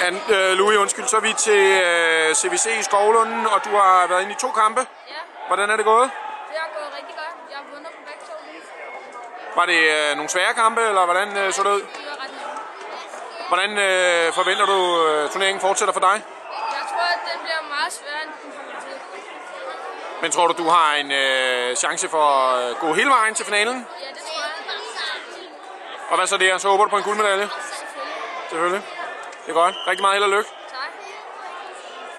An, øh, Louis, undskyld, så er vi til øh, CVC i Skovlunden, og du har været inde i to kampe. Ja, Hvordan er det gået? det har gået rigtig godt. Jeg har vundet på begge to lige. Var det øh, nogle svære kampe, eller hvordan øh, så det ud? Det var ret nemt. Hvordan øh, forventer du, øh, turneringen fortsætter for dig? Jeg tror, at den bliver meget sværere, end den har været til. Men tror du, du har en øh, chance for at gå hele vejen til finalen? Ja, det tror jeg. Og hvad så det er? Så håber du på en guldmedalje? Selvfølgelig. Det er godt. Rigtig meget held og lykke.